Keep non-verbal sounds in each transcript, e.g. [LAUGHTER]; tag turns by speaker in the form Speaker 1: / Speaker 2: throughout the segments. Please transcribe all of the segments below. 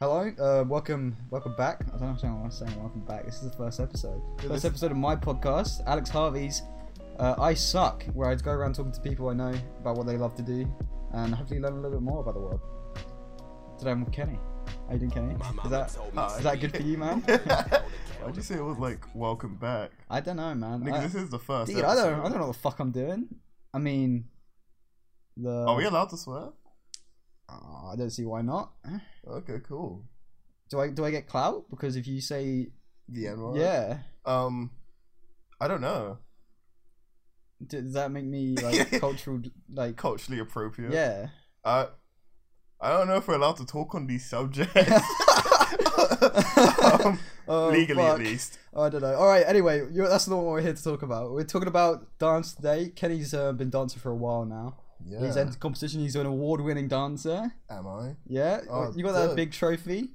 Speaker 1: Hello, uh, welcome, welcome back. I don't know why I'm saying welcome back. This is the first episode, first episode of my podcast, Alex Harvey's uh, "I Suck," where I go around talking to people I know about what they love to do, and hopefully learn a little bit more about the world. Today I'm with Kenny. How you doing, Kenny? Is that
Speaker 2: Hi.
Speaker 1: is that good
Speaker 2: [LAUGHS]
Speaker 1: for you, man?
Speaker 2: Why'd you say it was like welcome back?
Speaker 1: I don't know, man.
Speaker 2: Nigga,
Speaker 1: I-
Speaker 2: this is the first.
Speaker 1: Dude, I don't, I
Speaker 2: episode.
Speaker 1: don't know what the fuck I'm doing. I mean, the.
Speaker 2: Are we allowed to swear?
Speaker 1: Oh, I don't see why not.
Speaker 2: Okay, cool.
Speaker 1: Do I do I get clout because if you say
Speaker 2: The N word.
Speaker 1: yeah,
Speaker 2: Um, I don't know.
Speaker 1: d- does that make
Speaker 2: [LAUGHS]
Speaker 1: me like cultural like
Speaker 2: Culturally appropriate.
Speaker 1: yeah?
Speaker 2: I, I don't know if we're allowed to talk on these subjects.
Speaker 1: [LAUGHS]
Speaker 2: um,
Speaker 1: Oh,
Speaker 2: legally,
Speaker 1: fuck.
Speaker 2: at least.
Speaker 1: Oh, I don't know. All right. Anyway, you're, that's not what we're here to talk about. We're talking about dance today. Kenny's uh, been dancing for a while now.
Speaker 2: Yeah.
Speaker 1: He's entered competition. He's an award-winning dancer.
Speaker 2: Am I? [LAUGHS]
Speaker 1: Yeah.
Speaker 2: Oh,
Speaker 1: you got that
Speaker 2: dude.
Speaker 1: big trophy.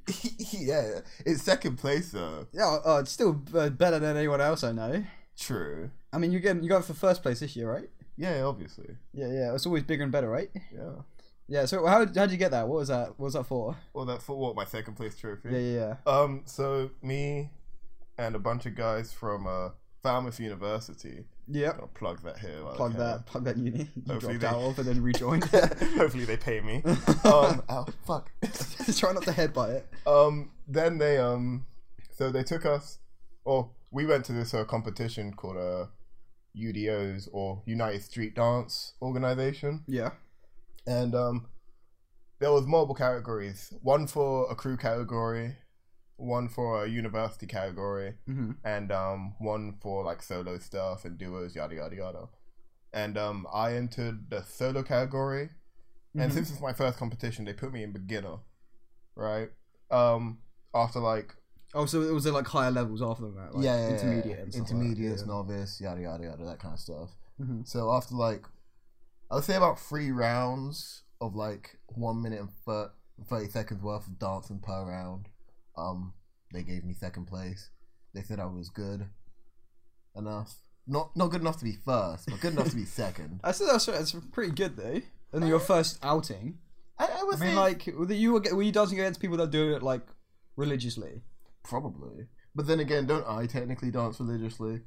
Speaker 2: yeah. It's second place though.
Speaker 1: Yeah. Oh, it's still uh, better than anyone else I know.
Speaker 2: True.
Speaker 1: I mean, you get you got it for first place this year, right?
Speaker 2: Yeah, obviously.
Speaker 1: Yeah, yeah. It's always bigger and better, right?
Speaker 2: Yeah.
Speaker 1: Yeah. So how how did you get that? What was that? What was that for?
Speaker 2: Well, that for what my second place trophy.
Speaker 1: Yeah, yeah, yeah.
Speaker 2: Um, so me and a bunch of guys from uh, Falmouth University.
Speaker 1: Yep.
Speaker 2: Gotta plug that here. while I
Speaker 1: Plug
Speaker 2: can.
Speaker 1: that. Plug that uni. [LAUGHS] You
Speaker 2: Hopefully
Speaker 1: dropped
Speaker 2: they-
Speaker 1: out of
Speaker 2: [LAUGHS]
Speaker 1: and then rejoined.
Speaker 2: Hopefully they pay me. um, [LAUGHS] ow, fuck.
Speaker 1: Try not to headbutt it.
Speaker 2: um, then they um, so they took us, or we went to this uh, competition called uh, UDOs or United Street Dance Organization.
Speaker 1: Yeah.
Speaker 2: and um, there was multiple categories. One for a crew category, one for a university category,
Speaker 1: Mm-hmm.
Speaker 2: and um, one for like solo stuff and duos, yada yada yada. And um, I entered the solo category,
Speaker 1: Mm-hmm.
Speaker 2: and since it's my first competition, they put me in beginner, right? Um, after like
Speaker 1: Oh, so it was at like higher levels after that. Like intermediate, and stuff like that,
Speaker 2: intermediates,
Speaker 1: yeah.
Speaker 2: novice, yada yada yada, that kind of stuff.
Speaker 1: Mhm.
Speaker 2: So after like, I would say about three rounds of like one minute and thir- thirty seconds worth of dancing per round, um, they gave me second place. They said I was good enough, not not good enough to be first, but good
Speaker 1: [LAUGHS]
Speaker 2: enough to be second.
Speaker 1: I said that's that's pretty good though. And your first outing.
Speaker 2: I, I would
Speaker 1: I mean,
Speaker 2: say
Speaker 1: like, were you were, were you dancing against people that do it like religiously?
Speaker 2: probably, but then again, don't I technically dance religiously?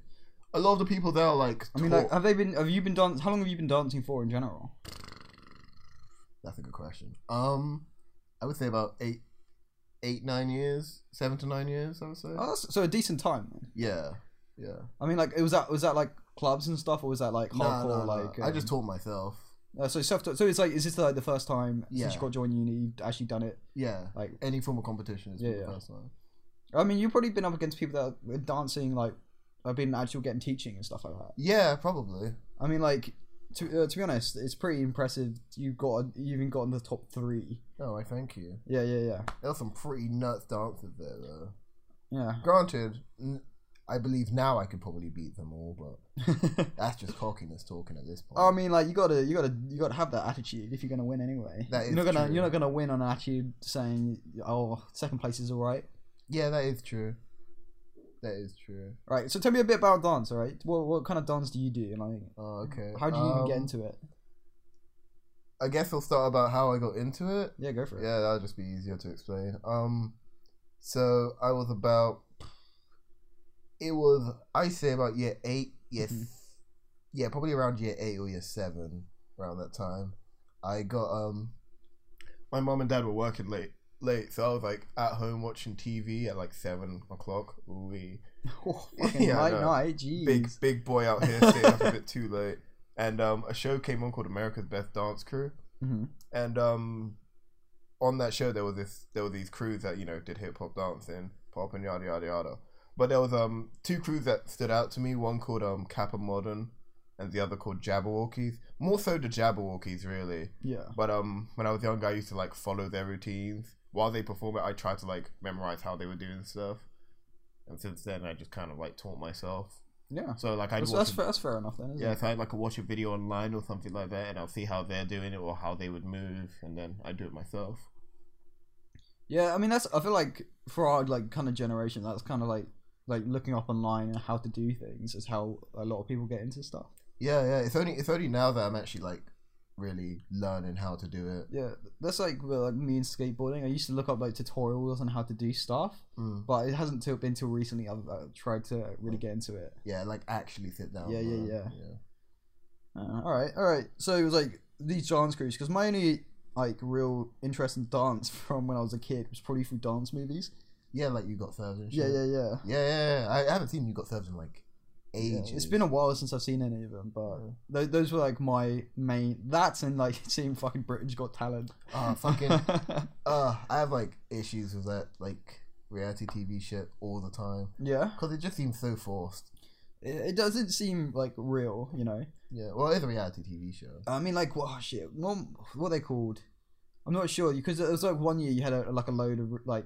Speaker 2: A lot of the people there are like,
Speaker 1: I mean,
Speaker 2: taught-
Speaker 1: like, have they been? Have you been dancing? How long have you been dancing for in general?
Speaker 2: That's a good question. Um, I would say about eight, eight, nine years, seven to nine years. I would say.
Speaker 1: Oh, that's, so a decent time. Then.
Speaker 2: Yeah, yeah.
Speaker 1: I mean, like, it was that was that like clubs and stuff, or was that like
Speaker 2: Nah,
Speaker 1: hardcore?
Speaker 2: nah, nah.
Speaker 1: like,
Speaker 2: I just
Speaker 1: um,
Speaker 2: taught myself.
Speaker 1: Uh, so self. So it's like, is this like the first time since
Speaker 2: Yeah.
Speaker 1: you got joined uni you've actually done it?
Speaker 2: Yeah,
Speaker 1: Like,
Speaker 2: any form of competition is
Speaker 1: Yeah,
Speaker 2: the
Speaker 1: yeah.
Speaker 2: first time.
Speaker 1: I mean, you've probably been up against people that are dancing like have been actually getting teaching and stuff like that.
Speaker 2: Yeah, probably.
Speaker 1: I mean, like to uh, to be honest, it's pretty impressive. You got you even got in the top three.
Speaker 2: Oh, I thank you.
Speaker 1: Yeah, yeah, yeah,
Speaker 2: There were some pretty nuts dances there, though.
Speaker 1: yeah.
Speaker 2: Granted, n- I believe now I could probably beat them all, but that's just cockiness talking at this
Speaker 1: [LAUGHS]
Speaker 2: point.
Speaker 1: I mean, like you gotta you gotta you gotta have that attitude if you're gonna win anyway.
Speaker 2: That is
Speaker 1: you're not gonna
Speaker 2: true.
Speaker 1: you're not gonna win on attitude saying oh second place is all right.
Speaker 2: yeah, that is true. That is true.
Speaker 1: Right. So tell me a bit about dance. All right. What what kind of dance do you do? And like,
Speaker 2: Oh, okay.
Speaker 1: how do you even get
Speaker 2: Um,
Speaker 1: into it?
Speaker 2: I guess I'll start about how I got into it.
Speaker 1: Yeah, go for it.
Speaker 2: Yeah, that'll just be easier to explain. Um, so I was about, it was I say about year eight, yes,
Speaker 1: Mhm.
Speaker 2: yeah, probably around year eight or year seven, around that time. I got um, my mom and dad were working late, late, so I was like at home watching TV at like seven o'clock. We [LAUGHS]
Speaker 1: Oh, fucking
Speaker 2: Yeah, I
Speaker 1: night
Speaker 2: know.
Speaker 1: night. Jeez.
Speaker 2: big big boy out here staying up a bit too late, and um, a show came on called America's Best Dance Crew
Speaker 1: hmm
Speaker 2: and um on that show there was this there were these crews that you know did hip hop dancing pop and yada yada yada but there was um two crews that stood out to me one called um kappa modern and the other called jabberwockies more so the jabberwockies really
Speaker 1: Yeah.
Speaker 2: but um when i was younger i used to like follow their routines while they perform it i tried to like memorize how they were doing stuff and since then i just kind of like taught myself
Speaker 1: Yeah.
Speaker 2: so like i'd
Speaker 1: That's,
Speaker 2: watch
Speaker 1: that's, fair, that's fair enough then. Isn't
Speaker 2: yeah,
Speaker 1: yeah.
Speaker 2: if I like watch a video online or something like that, and I'll see how they're doing it or how they would move, and then I do it myself.
Speaker 1: Yeah. I mean, that's. I feel like for our like kind of generation, that's kind of like like looking up online and how to do things is how a lot of people get into stuff.
Speaker 2: Yeah, yeah. It's only it's only now that I'm actually like really learning how to do it.
Speaker 1: Yeah, that's like with, like me and skateboarding. I used to look up like tutorials on how to do stuff,
Speaker 2: Mm.
Speaker 1: but it hasn't till, been till recently I've uh, tried to really get into it.
Speaker 2: Yeah, like actually sit down.
Speaker 1: Yeah, yeah,
Speaker 2: bro.
Speaker 1: yeah. Uh, all right, all right. So it was like these dance groups because my only like real interest in dance [LAUGHS] from when I was a kid was probably through dance movies.
Speaker 2: Yeah, like you got served and shit.
Speaker 1: Yeah, yeah, yeah.
Speaker 2: Yeah, yeah, yeah. I I haven't seen you got served in like
Speaker 1: Yeah,
Speaker 2: ages.
Speaker 1: It's been a while since I've seen any of them, but
Speaker 2: Yeah.
Speaker 1: th- those were like my main. That and like [LAUGHS] seeing fucking Britain's Got Talent.
Speaker 2: [LAUGHS] uh, fucking. uh, I have like issues with that like reality TV shit all the time
Speaker 1: [LAUGHS] yeah,
Speaker 2: because it just seems so forced.
Speaker 1: it, it doesn't seem like real, you know.
Speaker 2: Yeah, well, it's a reality TV show.
Speaker 1: I mean, like, wow, shit. What, what are they called? I'm not sure because it was like one year you had a, like a load of like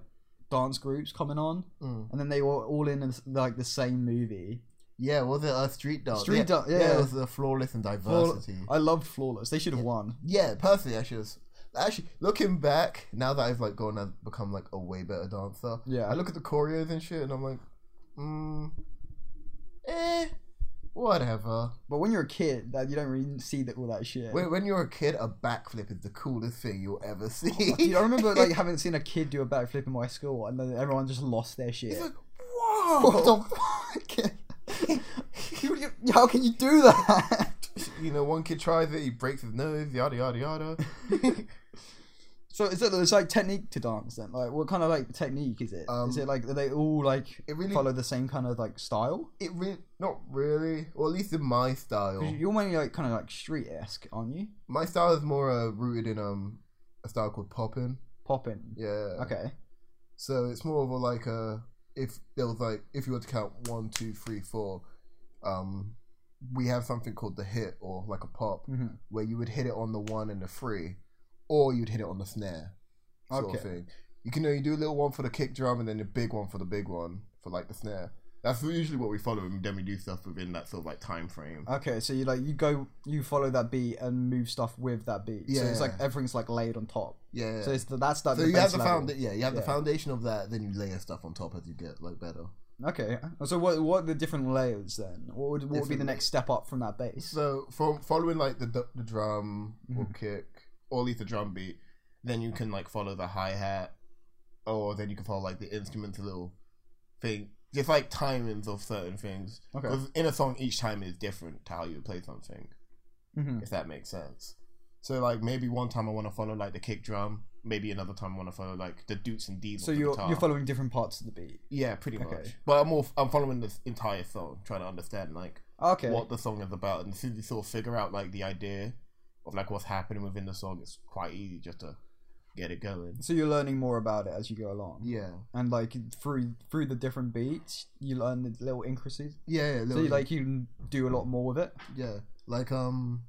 Speaker 1: dance groups coming on,
Speaker 2: Mm.
Speaker 1: and then they were all in this- like the same movie.
Speaker 2: Yeah, was it a street dance?
Speaker 1: Street
Speaker 2: yeah.
Speaker 1: Dance, yeah.
Speaker 2: it was the flawless and
Speaker 1: Flaw-
Speaker 2: diversity.
Speaker 1: I love Flawless. They should have
Speaker 2: Mm. Yeah.
Speaker 1: won.
Speaker 2: yeah, personally, I should have. Actually, looking back, now that I've like gone and become like a way better dancer,
Speaker 1: Yeah.
Speaker 2: I look at the choreos and shit, and I'm like, mm, eh, whatever.
Speaker 1: But when you're a kid, that you don't really see that all that shit.
Speaker 2: When, when you're a kid, a backflip is the coolest thing you'll ever see.
Speaker 1: Dude, I remember like having seen a kid do a backflip in my school, and then everyone just lost their shit.
Speaker 2: [LAUGHS] It's like,
Speaker 1: [LAUGHS] what
Speaker 2: whoa!
Speaker 1: the fuck?
Speaker 2: [LAUGHS]
Speaker 1: You- you- How can you do that?
Speaker 2: you know, one kid tries it, he breaks his nose, yada
Speaker 1: [LAUGHS]
Speaker 2: yada yada.
Speaker 1: so is it it's like technique to dance then? Like what kind of like technique is it? Is
Speaker 2: Um,
Speaker 1: it like are they all like
Speaker 2: It really,
Speaker 1: follow the same kind of like style?
Speaker 2: it really, not really, or at least in my style.
Speaker 1: 'Cause You're mainly like kind of like street esque, aren't you?
Speaker 2: my style is more uh, rooted in um a style called poppin.
Speaker 1: Popping.
Speaker 2: Yeah.
Speaker 1: Okay.
Speaker 2: So it's more of a like a if there was like if you were to count one, two, three, four, um, we have something called the hit or like a pop
Speaker 1: hmm
Speaker 2: where you would hit it on the one and the three, or you'd hit it on the snare, sort
Speaker 1: Okay.
Speaker 2: of thing. You can only do a little one for the kick drum and then a big one for the big one for like the snare. That's usually what we follow, and then we do stuff within that sort of like time frame.
Speaker 1: Okay, so you like you go you follow that beat and move stuff with that beat. So it's like
Speaker 2: Yeah.
Speaker 1: everything's like laid on top.
Speaker 2: yeah.
Speaker 1: So it's the, that's that.
Speaker 2: so you have
Speaker 1: base
Speaker 2: the
Speaker 1: level.
Speaker 2: found yeah you have the
Speaker 1: Yeah.
Speaker 2: foundation of that then you layer stuff on top as you get like better
Speaker 1: Okay. So what what are the different layers then? What would what would be the
Speaker 2: Different-
Speaker 1: next step up from that base?
Speaker 2: so from following like the d- the drum or
Speaker 1: Mhm.
Speaker 2: kick or at least the drum beat then you can like follow the hi-hat or then you can follow like the instrumental little thing just like timings of certain things
Speaker 1: Okay.
Speaker 2: because in a song each time is different to how you play something
Speaker 1: hmm
Speaker 2: if that makes sense so like maybe one time i want to follow like the kick drum maybe another time i want to follow like the doots and deeds
Speaker 1: So
Speaker 2: of the
Speaker 1: you're
Speaker 2: guitar.
Speaker 1: you're following different parts of the beat.
Speaker 2: Yeah, pretty
Speaker 1: Okay.
Speaker 2: much. But I'm all, I'm following this entire song, trying to understand like
Speaker 1: Okay.
Speaker 2: what the song is about, and as soon as you sort of figure out like the idea of like what's happening within the song, it's quite easy just to get it going.
Speaker 1: So you're learning more about it as you go along,
Speaker 2: Yeah,
Speaker 1: and like through through the different beats, you learn the little increases.
Speaker 2: yeah, yeah.
Speaker 1: So you, like you can do a lot more with it.
Speaker 2: yeah, like um,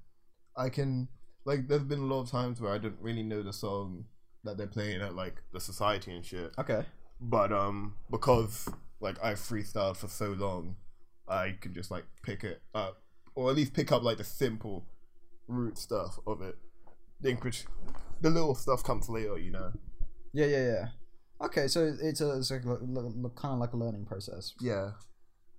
Speaker 2: I can like there's been a lot of times where I don't really know the song that they're playing at like the society and shit,
Speaker 1: Okay.
Speaker 2: but um, because like I freestyled for so long, I can just like pick it up, or at least pick up like the simple root stuff of it. Think which the little stuff comes later, you know.
Speaker 1: Yeah, yeah, yeah. Okay, so it's a, it's a kind of like a learning process.
Speaker 2: Yeah.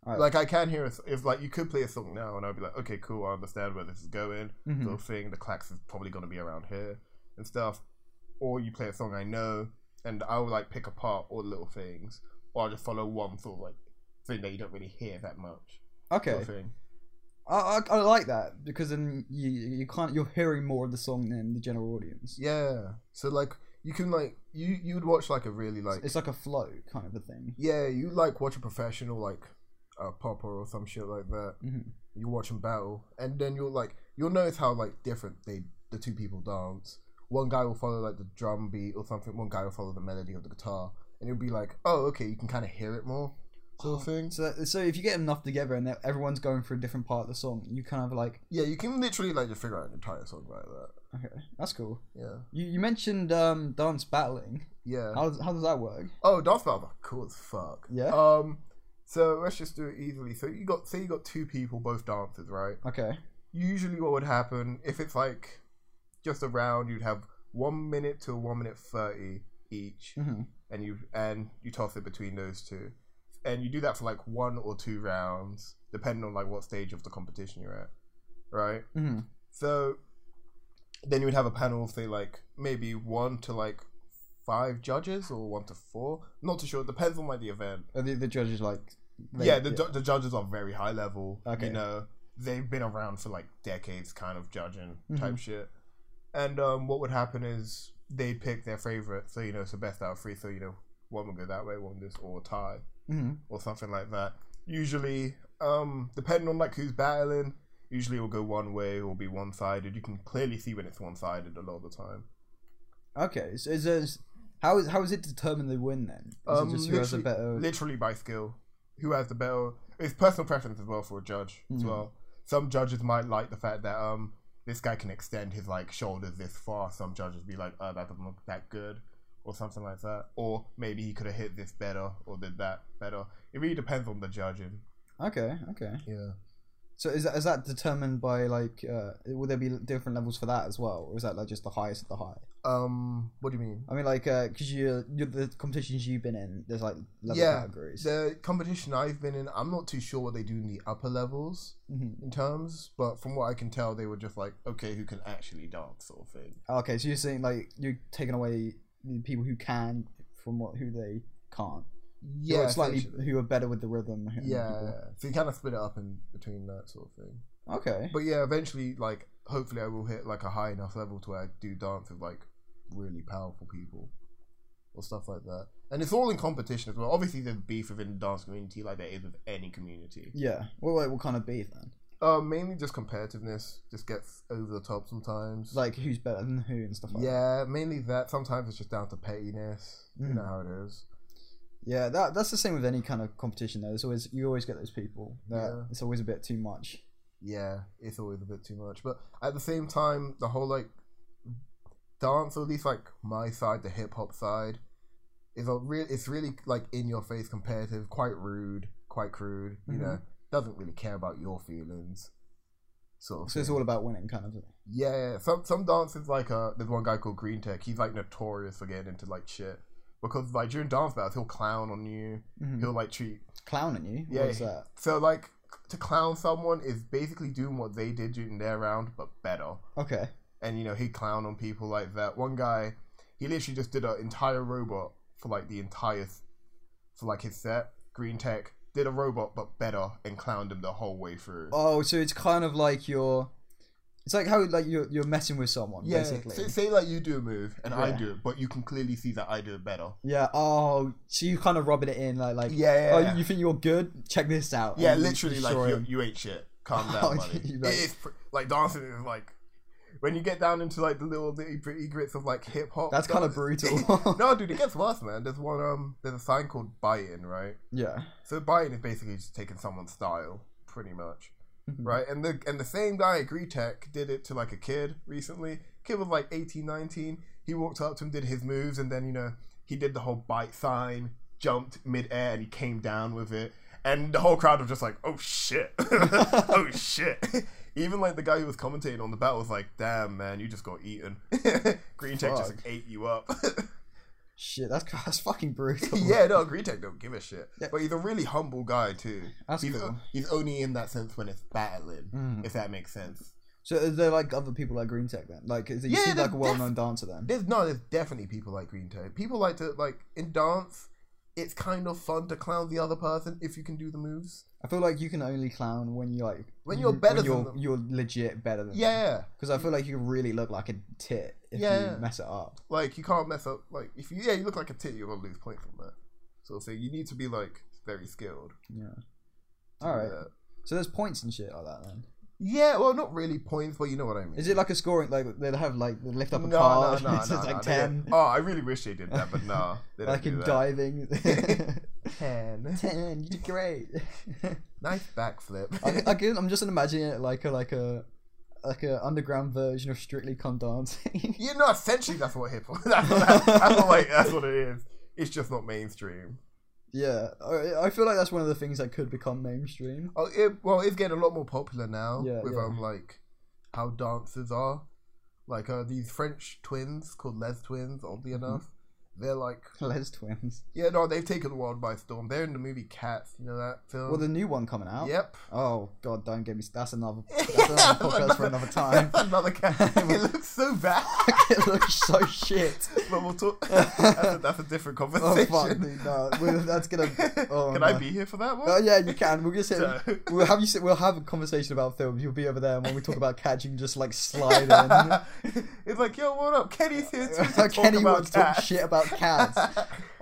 Speaker 1: Alright.
Speaker 2: Like I can hear a s if like you could play a song now, and I'd be like, okay, cool, I understand where this is going.
Speaker 1: Mhm.
Speaker 2: Little thing, the clacks is probably gonna be around here and stuff. Or you play a song I know, and I will like pick apart all the little things, or I'll just follow one sort of like thing that you don't really hear that much. sort
Speaker 1: Okay.
Speaker 2: of thing.
Speaker 1: I, I, I like that because then you you can't you're hearing more of the song than the general audience.
Speaker 2: Yeah. So like you can like you you would watch like a really like
Speaker 1: It's like a flow kind of a thing.
Speaker 2: yeah you like watch a professional like a popper or some shit like that.
Speaker 1: Mhm.
Speaker 2: You watch them battle, and then you'll like you'll notice how like different they the two people dance. One guy will follow like the drum beat or something. One guy will follow the melody of the guitar, and you'll be like, oh okay, you can kind of hear it more sort
Speaker 1: Oh.
Speaker 2: of thing.
Speaker 1: So, so if you get enough together and everyone's going for a different part of the song, you kind of like,
Speaker 2: Yeah, you can literally like just figure out an entire song like that.
Speaker 1: okay, that's cool.
Speaker 2: Yeah,
Speaker 1: You, you mentioned um, dance battling.
Speaker 2: yeah.
Speaker 1: How, does- how does that work?
Speaker 2: Oh, Darth Vader, cool as fuck.
Speaker 1: Yeah?
Speaker 2: Um, so let's just do it easily. So you got, say you got two people, both dancers, right?
Speaker 1: Okay.
Speaker 2: Usually, what would happen if it's like just a round, you'd have one minute to one minute thirty each,
Speaker 1: hmm
Speaker 2: and you and you toss it between those two, and you do that for like one or two rounds,
Speaker 1: Mm-hmm.
Speaker 2: depending on like what stage of the competition you're at, right?
Speaker 1: hmm
Speaker 2: So then you would have a panel of say like maybe one to like five judges or one to four. Not too sure. It depends on like the event.
Speaker 1: Are the, the judges like? they-
Speaker 2: yeah, the ju- the judges are very high level.
Speaker 1: Okay.
Speaker 2: You know, they've been around for like decades, kind of judging
Speaker 1: Mm-hmm.
Speaker 2: type shit. And um, what would happen is they'd pick their favorite. So you know, it's the best out of three. So you know, one would go that way, one this, or a tie
Speaker 1: Mhm.
Speaker 2: or something like that. Usually, um, depending on like who's battling, usually it will go one way or be one sided. You can clearly see when it's one sided a lot of the time.
Speaker 1: Okay, so is there, how is how is it determined they win then? Is
Speaker 2: Um,
Speaker 1: it just who has the
Speaker 2: literally-
Speaker 1: better?
Speaker 2: Literally by skill, who has the better? It's personal preference as well for a judge as
Speaker 1: Mhm.
Speaker 2: well. Some judges might like the fact that um this guy can extend his like shoulders this far. Some judges be like, oh, that doesn't look that good. Or something like that, or maybe he could have hit this better, or did that better. It really depends on the judging.
Speaker 1: Okay, okay.
Speaker 2: Yeah.
Speaker 1: So is that is that determined by like? Uh, will there be different levels for that as well, or is that like just the highest of the high?
Speaker 2: Um. What do you mean?
Speaker 1: I mean, like, because you you the competitions you've been in, there's like level
Speaker 2: Yeah,
Speaker 1: categories.
Speaker 2: The competition I've been in, I'm not too sure what they do in the upper levels
Speaker 1: Mhm.
Speaker 2: in terms, but from what I can tell, they were just like, okay, who can actually dance, sort of thing.
Speaker 1: Okay, so you're saying like you're taking away the people who can from what who they can't. Or
Speaker 2: Yeah,
Speaker 1: it's slightly
Speaker 2: essentially.
Speaker 1: who are better with the rhythm. and
Speaker 2: Yeah,
Speaker 1: people-
Speaker 2: so you kind of split it up in between that sort of thing.
Speaker 1: Okay.
Speaker 2: But yeah, eventually, like, hopefully, I will hit like a high enough level to where I do dance with like really powerful people or stuff like that. And it's all in competition as well. Obviously, there's beef within the dance community, like there is with any community.
Speaker 1: Yeah. Well, like, what kind of beef then?
Speaker 2: Uh, mainly just competitiveness just gets over the top sometimes.
Speaker 1: Like who's better than who and stuff like that.
Speaker 2: Yeah, mainly that. Sometimes it's just down to pettiness. You
Speaker 1: Mm.
Speaker 2: know how it is.
Speaker 1: Yeah. That that's the same with any kind of competition though. There's always you always get those people that
Speaker 2: Yeah.
Speaker 1: it's always a bit too much.
Speaker 2: Yeah, it's always a bit too much. But at the same time, the whole like dance, or at least like my side, the hip hop side, is a real. It's really like in your face, competitive, quite rude, quite crude. You
Speaker 1: Mhm.
Speaker 2: know, doesn't really care about your feelings. Sort of
Speaker 1: So it's
Speaker 2: thing.
Speaker 1: all about winning, kind of.
Speaker 2: Yeah, some some dances like uh, there's one guy called Green Tech. He's like notorious for getting into like shit because like during dance battles, he'll clown on you.
Speaker 1: Mhm.
Speaker 2: He'll like treat
Speaker 1: Clowning you.
Speaker 2: Yeah.
Speaker 1: What's that?
Speaker 2: So like to clown someone is basically doing what they did during their round but better.
Speaker 1: Okay.
Speaker 2: And you know, he clown on people like that. One guy, he literally just did an entire robot for like the entire for like his set. Green Tech did a robot but better and clowned him the whole way through.
Speaker 1: Oh, so it's kind of like you're. It's like how like you're you're messing with someone
Speaker 2: yeah,
Speaker 1: basically.
Speaker 2: say, say like you do a move and I
Speaker 1: Yeah.
Speaker 2: do it, but you can clearly see that I do it better.
Speaker 1: Yeah. Oh, so you kind of rubbing it in, like, like,
Speaker 2: Yeah,
Speaker 1: oh, you think you're good? Check this out.
Speaker 2: Yeah,
Speaker 1: And you
Speaker 2: literally, like
Speaker 1: destroy
Speaker 2: you,
Speaker 1: him.
Speaker 2: you ain't shit.
Speaker 1: [LAUGHS]
Speaker 2: Calm down,
Speaker 1: Oh,
Speaker 2: buddy.
Speaker 1: you
Speaker 2: It
Speaker 1: like-
Speaker 2: is pr- like dancing is like when you get down into like the little nitty gritty grits of like hip hop.
Speaker 1: That's kind of
Speaker 2: stuff-
Speaker 1: brutal.
Speaker 2: [LAUGHS] no, dude, it gets worse, man. There's one um, there's a sign called buy-in, right?
Speaker 1: [LAUGHS] yeah.
Speaker 2: So buy-in is basically just taking someone's style, pretty much,
Speaker 1: Mm-hmm.
Speaker 2: right? And the and the same guy at Greetech did it to like a kid recently. Kid was like 18, 19. He walked up to him, did his moves, and then you know he did the whole bite sign, jumped mid-air, and he came down with it. And the whole crowd was just like, "Oh shit! [LAUGHS] oh shit!" [LAUGHS] Even like the guy who was commentating on the battle was like, "Damn, man, you just got eaten. [LAUGHS] Green Tech just
Speaker 1: Fuck.
Speaker 2: ate you up."
Speaker 1: Shit, that's that's fucking brutal.
Speaker 2: [LAUGHS] yeah, no, Green Tech don't give a shit.
Speaker 1: Yeah.
Speaker 2: But he's a really humble guy too.
Speaker 1: That's
Speaker 2: he's,
Speaker 1: cool.
Speaker 2: he's only in that sense when it's battling,
Speaker 1: Mm.
Speaker 2: if that makes sense.
Speaker 1: So are there like other people like Green Tech then? Like, is it, you
Speaker 2: Yeah,
Speaker 1: seem
Speaker 2: there's
Speaker 1: like a well-known dancer then?
Speaker 2: There's no, there's definitely people like Green Tech. People like to like in dance. It's kind of fun to clown the other person if you can do the moves.
Speaker 1: I feel like you can only clown when you like
Speaker 2: When you're better than
Speaker 1: you're,
Speaker 2: them.
Speaker 1: You're legit better than
Speaker 2: Yeah,
Speaker 1: Because I feel like you really look like a tit if
Speaker 2: Yeah.
Speaker 1: you mess it up.
Speaker 2: like you can't mess up. Like if you yeah, you look like a tit, you're gonna lose points from that. So so you need to be like very skilled.
Speaker 1: Yeah.
Speaker 2: to do
Speaker 1: All right.
Speaker 2: that.
Speaker 1: So there's points and shit like that then.
Speaker 2: Yeah, well, not really points, but you know what I mean.
Speaker 1: Is it like a scoring like they have like they lift up a [LAUGHS]
Speaker 2: no,
Speaker 1: car
Speaker 2: no, no,
Speaker 1: and it's
Speaker 2: no,
Speaker 1: just
Speaker 2: no,
Speaker 1: like
Speaker 2: they don't-
Speaker 1: ten?
Speaker 2: Oh, I really wish they did that, but nah.
Speaker 1: [LAUGHS]
Speaker 2: They don't
Speaker 1: like
Speaker 2: do
Speaker 1: in
Speaker 2: that.
Speaker 1: diving.
Speaker 2: [LAUGHS]
Speaker 1: [LAUGHS]
Speaker 2: Ten.
Speaker 1: Ten, you did great.
Speaker 2: [LAUGHS] Nice backflip.
Speaker 1: I, I can, I'm just imagining it like a like a like a underground version of Strictly Come Dancing. [LAUGHS]
Speaker 2: you know, essentially that's what hip hop. [LAUGHS] That's what, that, that's what like that's what it is. It's just not mainstream.
Speaker 1: yeah, I, I feel like that's one of the things that could become mainstream.
Speaker 2: Oh, it, well, it's getting a lot more popular now
Speaker 1: Yeah,
Speaker 2: with
Speaker 1: yeah.
Speaker 2: um like how
Speaker 1: Mm-hmm.
Speaker 2: dancers are, like uh, these French twins called Les twins. Oddly enough, They're like,
Speaker 1: Les twins.
Speaker 2: yeah, no, they've taken the world by storm. They're in the movie Cats. You know that film?
Speaker 1: Well, the new one coming out.
Speaker 2: yep.
Speaker 1: Oh God, don't get me. That's another.
Speaker 2: [LAUGHS]
Speaker 1: That's another podcast for another time.
Speaker 2: another cat.
Speaker 1: [LAUGHS]
Speaker 2: It looks so bad.
Speaker 1: it looks so shit.
Speaker 2: but we'll talk.
Speaker 1: [LAUGHS]
Speaker 2: That's a, that's a different
Speaker 1: Oh
Speaker 2: conversation.
Speaker 1: fuck, dude,
Speaker 2: [LAUGHS]
Speaker 1: no, we're- that's gonna. Oh,
Speaker 2: Can
Speaker 1: no.
Speaker 2: I be here for that one?
Speaker 1: Oh yeah, you can. We'll just hit,
Speaker 2: So-
Speaker 1: [LAUGHS] we'll have you. Sit, we'll have a conversation about films. You'll be over there, and when we
Speaker 2: [LAUGHS]
Speaker 1: talk about cats, you can just like slide [LAUGHS] in.
Speaker 2: it's like, yo, what up? Kenny's
Speaker 1: [LAUGHS]
Speaker 2: here too.
Speaker 1: How
Speaker 2: To
Speaker 1: can
Speaker 2: talk
Speaker 1: anyone
Speaker 2: about
Speaker 1: talk
Speaker 2: cats.
Speaker 1: shit about cats?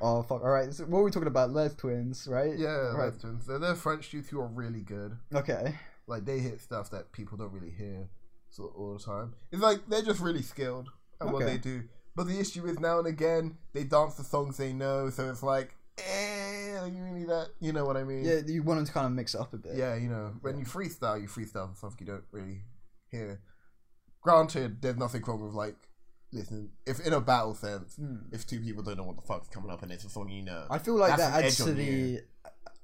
Speaker 1: oh fuck! All right, so what were we talking about? Les twins, right?
Speaker 2: [LAUGHS] yeah,
Speaker 1: Right.
Speaker 2: right. twins. They're, they're French dudes who are really good.
Speaker 1: Okay.
Speaker 2: Like they hit stuff that people don't really hear sort of all the time. It's like they're just really skilled at what
Speaker 1: Okay.
Speaker 2: they do. But the issue is now and again they dance the songs they know, so it's like, eh, are you really that? You know what I mean?
Speaker 1: Yeah, you want them to kind of mix it up a bit.
Speaker 2: Yeah, you know, when you freestyle, you freestyle the stuff you don't really hear. Granted, there's nothing wrong with like listen if in a battle sense,
Speaker 1: Hmm.
Speaker 2: if two people don't know what the fuck's coming up and it's a song you know.
Speaker 1: I feel like
Speaker 2: That's
Speaker 1: that
Speaker 2: an
Speaker 1: adds
Speaker 2: edge
Speaker 1: to
Speaker 2: on
Speaker 1: the
Speaker 2: you.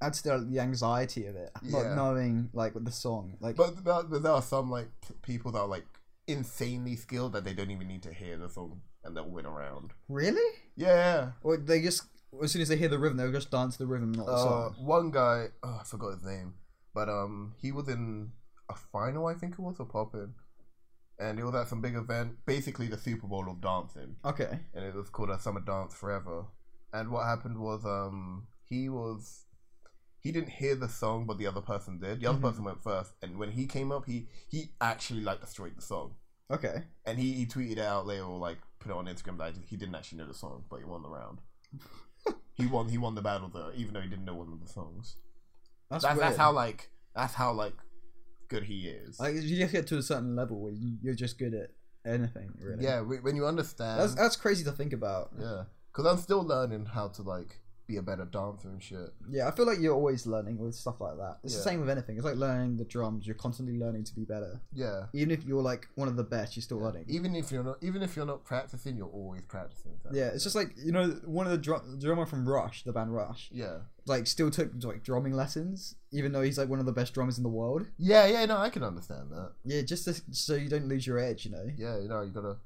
Speaker 1: adds to the anxiety of it, not
Speaker 2: Yeah.
Speaker 1: knowing like the song. Like
Speaker 2: but, but but there are some like p- people that are like insanely skilled that they don't even need to hear the song and they'll win around.
Speaker 1: really?
Speaker 2: Yeah.
Speaker 1: Or they just as soon as they hear the rhythm, they'll just dance to the rhythm, not the
Speaker 2: Uh,
Speaker 1: song.
Speaker 2: one guy, oh, I forgot his name, but um, he was in a final, I think it was, or poppin', and it was at some big event, basically the Super Bowl of dancing.
Speaker 1: Okay.
Speaker 2: and it was called a summer dance forever and what happened was um he was he didn't hear the song but the other person did the other
Speaker 1: Mhm.
Speaker 2: person went first and when he came up he he actually like destroyed the song
Speaker 1: Okay.
Speaker 2: and he, he tweeted it out later or like put it on instagram that he didn't actually know the song but he won
Speaker 1: [LAUGHS]
Speaker 2: the round he won he won the battle though even though he didn't know one of the songs
Speaker 1: That's
Speaker 2: that's, that's,
Speaker 1: weird.
Speaker 2: how like that's how like good he is
Speaker 1: Like you just get to a certain level where you- you're just good at anything, really.
Speaker 2: yeah wh- when you understand
Speaker 1: That's that's crazy to think about.
Speaker 2: yeah because i'm still learning how to like be a better dancer and shit
Speaker 1: Yeah, I feel like you're always learning with stuff like that. It's the
Speaker 2: Yeah.
Speaker 1: same with anything. It's like learning the drums. You're constantly learning to be better.
Speaker 2: yeah
Speaker 1: Even if you're like one of the best, you're still learning.
Speaker 2: Even if you're not, even if you're not practicing, you're always practicing.
Speaker 1: Yeah, it's just like you know one of the drum- drummer from Rush, the band Rush,
Speaker 2: yeah,
Speaker 1: like still took like drumming lessons, even though he's like one of the best drummers in the world.
Speaker 2: yeah, yeah. No, I can understand that.
Speaker 1: Yeah, just to, so you don't lose your edge, you know.
Speaker 2: Yeah, you know, you gotta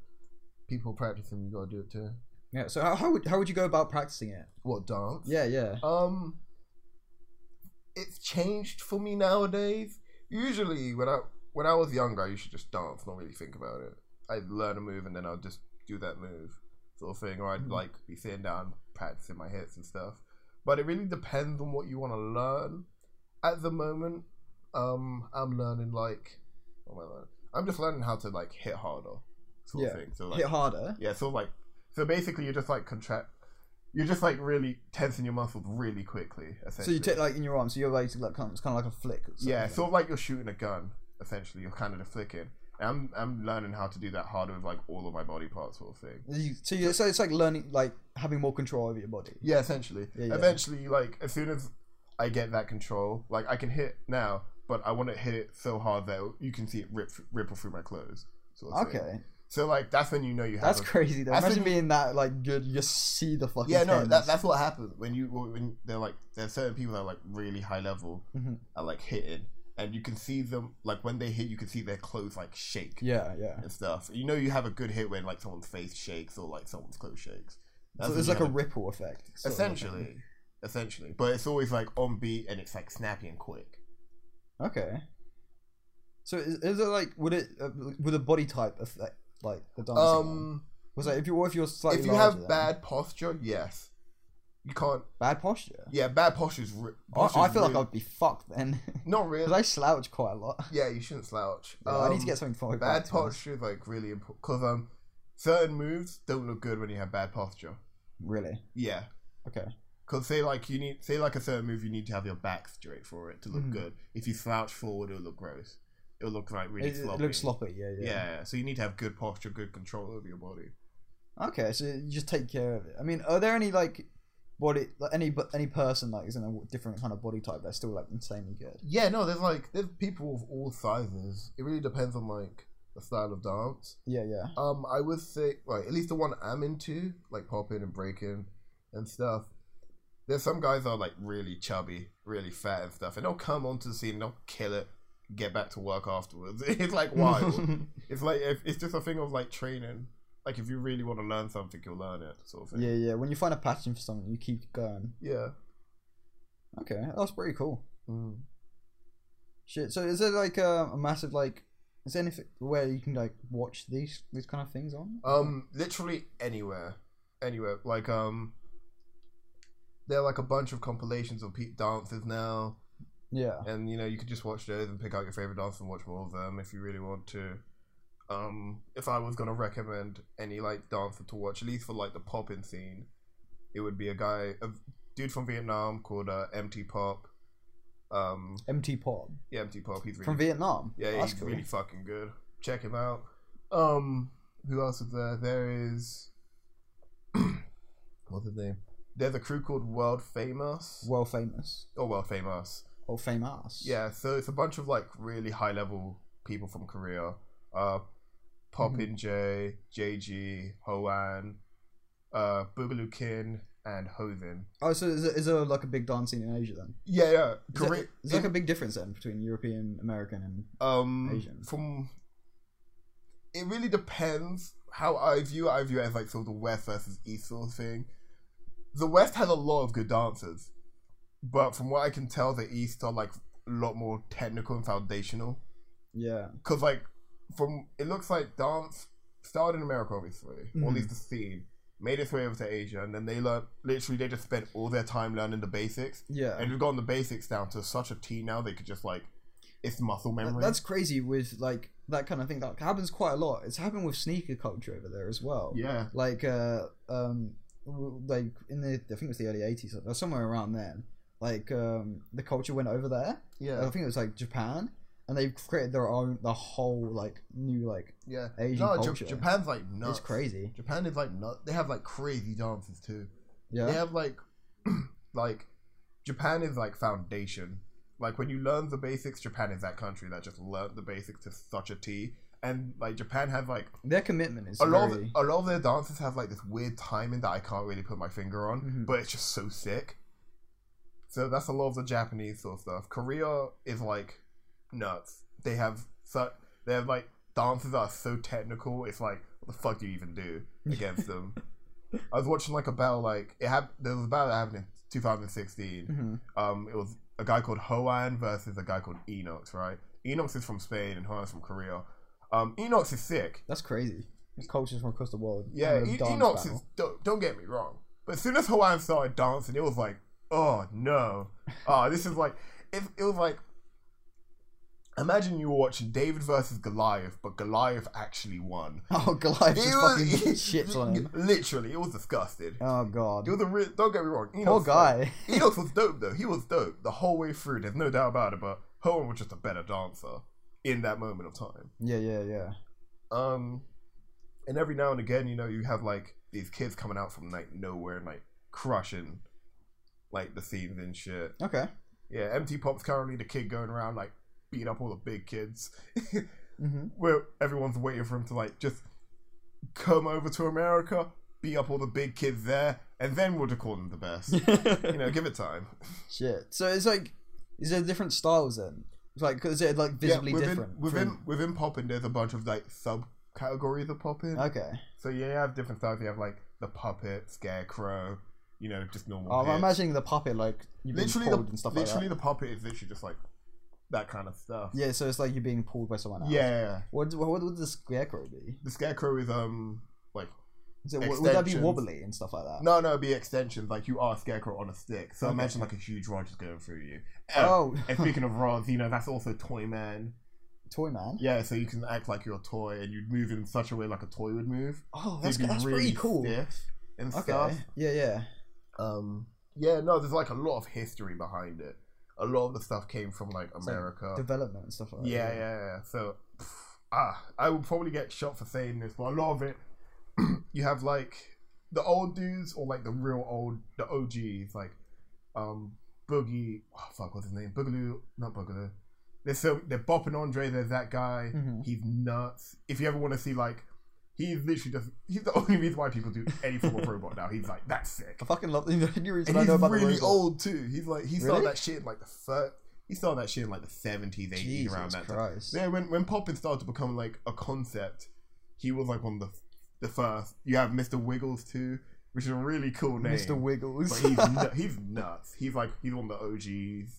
Speaker 2: people practicing. You gotta do it too.
Speaker 1: Yeah. So how, how would how would you go about practicing it?
Speaker 2: What dance?
Speaker 1: Yeah, yeah.
Speaker 2: Um, it's changed for me nowadays. Usually, when I when I was younger, I used to just dance, not really think about it. I'd learn a move and then I'd just do that move, sort of thing. Or I'd
Speaker 1: Mhm.
Speaker 2: like be sitting down practicing my hits and stuff. But it really depends on what you want to learn. At the moment, um, I'm learning like, what am I learning? I'm just learning how to like hit harder, sort
Speaker 1: Yeah.
Speaker 2: of thing. So like,
Speaker 1: Hit harder.
Speaker 2: yeah, so like, so basically, you're just like contract, you're just like really tensing your muscles really quickly. Essentially.
Speaker 1: So you take like in your arm, so you're basically like kind of, it's kind of like a flick. Or
Speaker 2: yeah,
Speaker 1: something.
Speaker 2: sort of like you're shooting a gun. Essentially, you're kind of just flicking. And I'm I'm learning how to do that harder with like all of my body parts, sort of thing.
Speaker 1: You- So, you, so it's like learning, like having more control over your body.
Speaker 2: Yeah, essentially.
Speaker 1: Yeah, yeah.
Speaker 2: Eventually, like as soon as I get that control, like I can hit now, but I want to hit it so hard that you can see it rip ripple through my clothes. Sort of thing.
Speaker 1: Okay,
Speaker 2: So like that's when you know you have.
Speaker 1: that's
Speaker 2: a-
Speaker 1: crazy. Though.
Speaker 2: I
Speaker 1: Imagine
Speaker 2: think-
Speaker 1: being that like good, you just see the fucking.
Speaker 2: Yeah, no, that,
Speaker 1: tens.
Speaker 2: that's what happens when you when they're like there's certain people that are like really high level
Speaker 1: Mhm.
Speaker 2: at like hitting, and you can see them like when they hit, you can see their clothes like shake
Speaker 1: Yeah, yeah.
Speaker 2: and stuff. You know, you have a good hit when like someone's face shakes or like someone's clothes shakes. That's
Speaker 1: So
Speaker 2: when
Speaker 1: there's
Speaker 2: you
Speaker 1: like a
Speaker 2: have
Speaker 1: ripple effect. sort of thing.
Speaker 2: essentially, essentially, but it's always like on beat and it's like snappy and quick.
Speaker 1: Okay. So is, is it like would it uh, would a body type affect like the dancing? one?
Speaker 2: Um,
Speaker 1: was like if you or if you're slightly
Speaker 2: if you
Speaker 1: larger
Speaker 2: have
Speaker 1: than-
Speaker 2: bad posture, yes, you can't.
Speaker 1: bad posture.
Speaker 2: Yeah, bad posture's. Re-
Speaker 1: I, I
Speaker 2: posture's
Speaker 1: feel like
Speaker 2: really-
Speaker 1: I'd be fucked then [LAUGHS]
Speaker 2: not
Speaker 1: because
Speaker 2: really.
Speaker 1: I slouch quite a lot. [LAUGHS]
Speaker 2: Yeah, you shouldn't slouch.
Speaker 1: Yeah, I need to
Speaker 2: Um,
Speaker 1: get something for my
Speaker 2: bad
Speaker 1: back to be honest.
Speaker 2: posture is like really important because um certain moves don't look good when you have bad posture
Speaker 1: Really?
Speaker 2: yeah
Speaker 1: Okay.
Speaker 2: because say like you need say like a certain move you need to have your back straight for it to look
Speaker 1: Mhm.
Speaker 2: good if you slouch forward it'll look gross it'll look like really
Speaker 1: It, it
Speaker 2: sloppy
Speaker 1: looks sloppy. Yeah,
Speaker 2: yeah.
Speaker 1: yeah.
Speaker 2: yeah, so you need to have good posture, good control over your body.
Speaker 1: Okay, so you just take care of it. I mean, are there any like body like, any but any person like is in a different kind of body type that's still like insanely good?
Speaker 2: Yeah, no, there's like there's people of all sizes. It really depends on like the style of dance.
Speaker 1: Yeah, yeah.
Speaker 2: Um, I would say, like, at least the one I'm into, like popping and breaking and stuff. There's some guys that are like really chubby, really fat and stuff, and they'll come onto the scene, they'll kill it, [LAUGHS]
Speaker 1: [LAUGHS]
Speaker 2: get back to work afterwards. It's like wild. it's like if, it's just a thing of like training Like if you really want to learn something, you'll learn it, sort of thing.
Speaker 1: Yeah, yeah. When you find a passion for something, you keep going.
Speaker 2: Yeah.
Speaker 1: Okay, that's pretty cool.
Speaker 2: Mm.
Speaker 1: Shit. So is there like uh, a, a massive like? Is there anything where you can like watch these these kind of things on?
Speaker 2: Um, literally anywhere, anywhere. Like um, there are like a bunch of compilations of Pete dances now,
Speaker 1: Yeah.
Speaker 2: and you know you could just watch those and pick out your favorite dance and watch more of them if you really want to. Um, if I was gonna recommend any like dancer to watch, at least for like the poppin scene, it would be a guy, a dude from Vietnam called uh, MT Pop. Um,
Speaker 1: MT Pop
Speaker 2: yeah, MT Pop. He's really
Speaker 1: from Vietnam.
Speaker 2: yeah,
Speaker 1: that's
Speaker 2: he's
Speaker 1: cool.
Speaker 2: really fucking good. Check him out. Um, who else is there? There is. [CLEARS THROAT] What's his name? There's a crew called World Famous.
Speaker 1: Well famous
Speaker 2: Oh, World Famous.
Speaker 1: or famous.
Speaker 2: Yeah, so it's a bunch of like really high level people from Korea. Uh,
Speaker 1: Mm-hmm.
Speaker 2: Poppin J, JG, Hoan, uh, Boogaloo Kin, and Hosen.
Speaker 1: Oh, so is there, is there like a big dance scene in Asia then?
Speaker 2: Yeah, yeah.
Speaker 1: Is there-
Speaker 2: Korea.
Speaker 1: is there like a big difference then between European, American, and
Speaker 2: um
Speaker 1: Asian.
Speaker 2: from it really depends how I view it. I view it as like sort of the West versus East sort of thing. The West has a lot of good dancers, but from what I can tell, the East are like a lot more technical and foundational.
Speaker 1: yeah,
Speaker 2: Cause like from it looks like dance started in America, obviously, or at
Speaker 1: Mhm.
Speaker 2: least the scene made its way over to Asia, and then they learned literally they just spent all their time learning the basics,
Speaker 1: yeah.
Speaker 2: and we've gotten the basics down to such a T now they could just like it's muscle
Speaker 1: Th-
Speaker 2: memory.
Speaker 1: That's crazy with like that kind of thing. That happens quite a lot. It's happened with sneaker culture over there as well.
Speaker 2: yeah.
Speaker 1: Like uh um w- like in the I think it was the early eighties or somewhere around then. Like um the culture went over there.
Speaker 2: Yeah,
Speaker 1: I think it was like Japan, and they've created their own the whole like new like
Speaker 2: yeah.
Speaker 1: Asian
Speaker 2: no, Ja-
Speaker 1: culture.
Speaker 2: Japan's like nuts.
Speaker 1: it's crazy.
Speaker 2: Japan is like nuts. They have like crazy dances too.
Speaker 1: Yeah.
Speaker 2: They have like, [CLEARS THROAT] like, Japan is like foundation. Like when you learn the basics, Japan is that country that just learned the basics to such a T. And like Japan have like
Speaker 1: Their commitment is
Speaker 2: a lot. Of, uh,
Speaker 1: very-
Speaker 2: a lot of their dances have like this weird timing that I can't really put my finger on,
Speaker 1: Mhm.
Speaker 2: but it's just so sick. So that's a lot of the Japanese sort of stuff. Korea is like nuts. They have such. They have like dances that are so technical. It's like what the fuck do you even do against them? I was watching like a battle. Like it happened. There was a battle that happened in 2016
Speaker 1: Mhm.
Speaker 2: um, it was a guy called Hoan versus a guy called Enox, right? Enox is from Spain and Hoan's from Korea. Um, Enox is sick.
Speaker 1: That's crazy. There's cultures from across the world.
Speaker 2: Yeah,
Speaker 1: and a
Speaker 2: e-
Speaker 1: dance
Speaker 2: Enox is.
Speaker 1: battle. [LAUGHS]
Speaker 2: Don't, don't get me wrong. But as soon as Hoan started dancing, it was like, oh no. Oh, this is like. It, it was like. Imagine you were watching David versus Goliath, but Goliath actually won.
Speaker 1: Oh, Goliath
Speaker 2: It
Speaker 1: just
Speaker 2: [LAUGHS] was-
Speaker 1: fucking shits on him.
Speaker 2: Literally, it was disgusted.
Speaker 1: Oh god.
Speaker 2: It was a real. Don't get me wrong. Enox,
Speaker 1: Poor
Speaker 2: like,
Speaker 1: guy. [LAUGHS]
Speaker 2: Enos was dope though. He was dope the whole way through. There's no doubt about it. But Hoenn was just a better dancer in that moment of time.
Speaker 1: Yeah, yeah, yeah.
Speaker 2: Um, and every now and again, you know, you have like these kids coming out from like nowhere and like crushing like the scenes and shit.
Speaker 1: Okay.
Speaker 2: Yeah, MT Pop's currently the kid going around like beating up all the big kids,
Speaker 1: hmm
Speaker 2: where everyone's waiting for him to like just come over to America, beat up all the big kids there, and then we'll just call them
Speaker 1: [LAUGHS]
Speaker 2: the best. [LAUGHS] you know, give it time.
Speaker 1: Shit. So it's like, is there different styles then? It's Like, 'cause is it like visibly
Speaker 2: within,
Speaker 1: different?
Speaker 2: Within within poppin, there's a bunch of like subcategories of poppin.
Speaker 1: between- Okay.
Speaker 2: So you have different styles. You have like the puppet, scarecrow, you know, just normal.
Speaker 1: Oh, I'm
Speaker 2: hits.
Speaker 1: imagining the puppet like you being
Speaker 2: literally the
Speaker 1: pulled and stuff like
Speaker 2: literally
Speaker 1: that.
Speaker 2: the puppet is literally just like that kind of stuff.
Speaker 1: Yeah. So it's like you're being pulled by someone else.
Speaker 2: yeah.
Speaker 1: What what, what would the scarecrow be?
Speaker 2: The scarecrow is um like
Speaker 1: Is it, would that be
Speaker 2: Extensions.
Speaker 1: wobbly and stuff like that?
Speaker 2: no no it'd be extensions like you are a scarecrow on a stick. So
Speaker 1: Okay.
Speaker 2: imagine like a huge rod just going through you. Uh,
Speaker 1: Oh,
Speaker 2: [LAUGHS] And speaking of rods, you know that's also Toy Man.
Speaker 1: [LAUGHS] toy man.
Speaker 2: Yeah, so you can act like you're a toy, and you'd move in such a way like a toy would move.
Speaker 1: Oh,
Speaker 2: They'd
Speaker 1: that's
Speaker 2: be
Speaker 1: that's
Speaker 2: really
Speaker 1: pretty cool.
Speaker 2: stiff and
Speaker 1: Okay.
Speaker 2: stuff.
Speaker 1: Yeah, yeah.
Speaker 2: Um, yeah, no, there's like a lot of history behind it. A lot of the stuff came from like
Speaker 1: like
Speaker 2: America.
Speaker 1: Development and stuff like
Speaker 2: yeah, yeah,
Speaker 1: that.
Speaker 2: yeah. So, pff, ah, I will probably get shot for saying this, but a lot of it, [CLEARS THROAT] you have like the old dudes or like the real old, the OGs, like um Boogie. Oh, fuck, what's his name? Boogaloo, not Boogaloo. They're so they're bopping Andre. There's that guy.
Speaker 1: Mhm.
Speaker 2: He's nuts. If you ever want to see like. He's literally just, he's the [LAUGHS] only reason why people do any form [LAUGHS] of robot now. He's like, that's sick.
Speaker 1: I fucking love the [LAUGHS] new reason
Speaker 2: And
Speaker 1: I
Speaker 2: he's
Speaker 1: know about the
Speaker 2: really
Speaker 1: robot.
Speaker 2: old too. He's like he started
Speaker 1: Really?
Speaker 2: that shit in like the fir- he started that shit in like the seventies, eighties,
Speaker 1: Jesus
Speaker 2: around that time.
Speaker 1: Christ.
Speaker 2: Yeah, when when poppin started to become like a concept, he was like one of the the first. You have Mr. Wiggles too, which is a really cool name.
Speaker 1: Mr.
Speaker 2: But
Speaker 1: Wiggles.
Speaker 2: he's nu- he's nuts. He's like he's one of the OGs.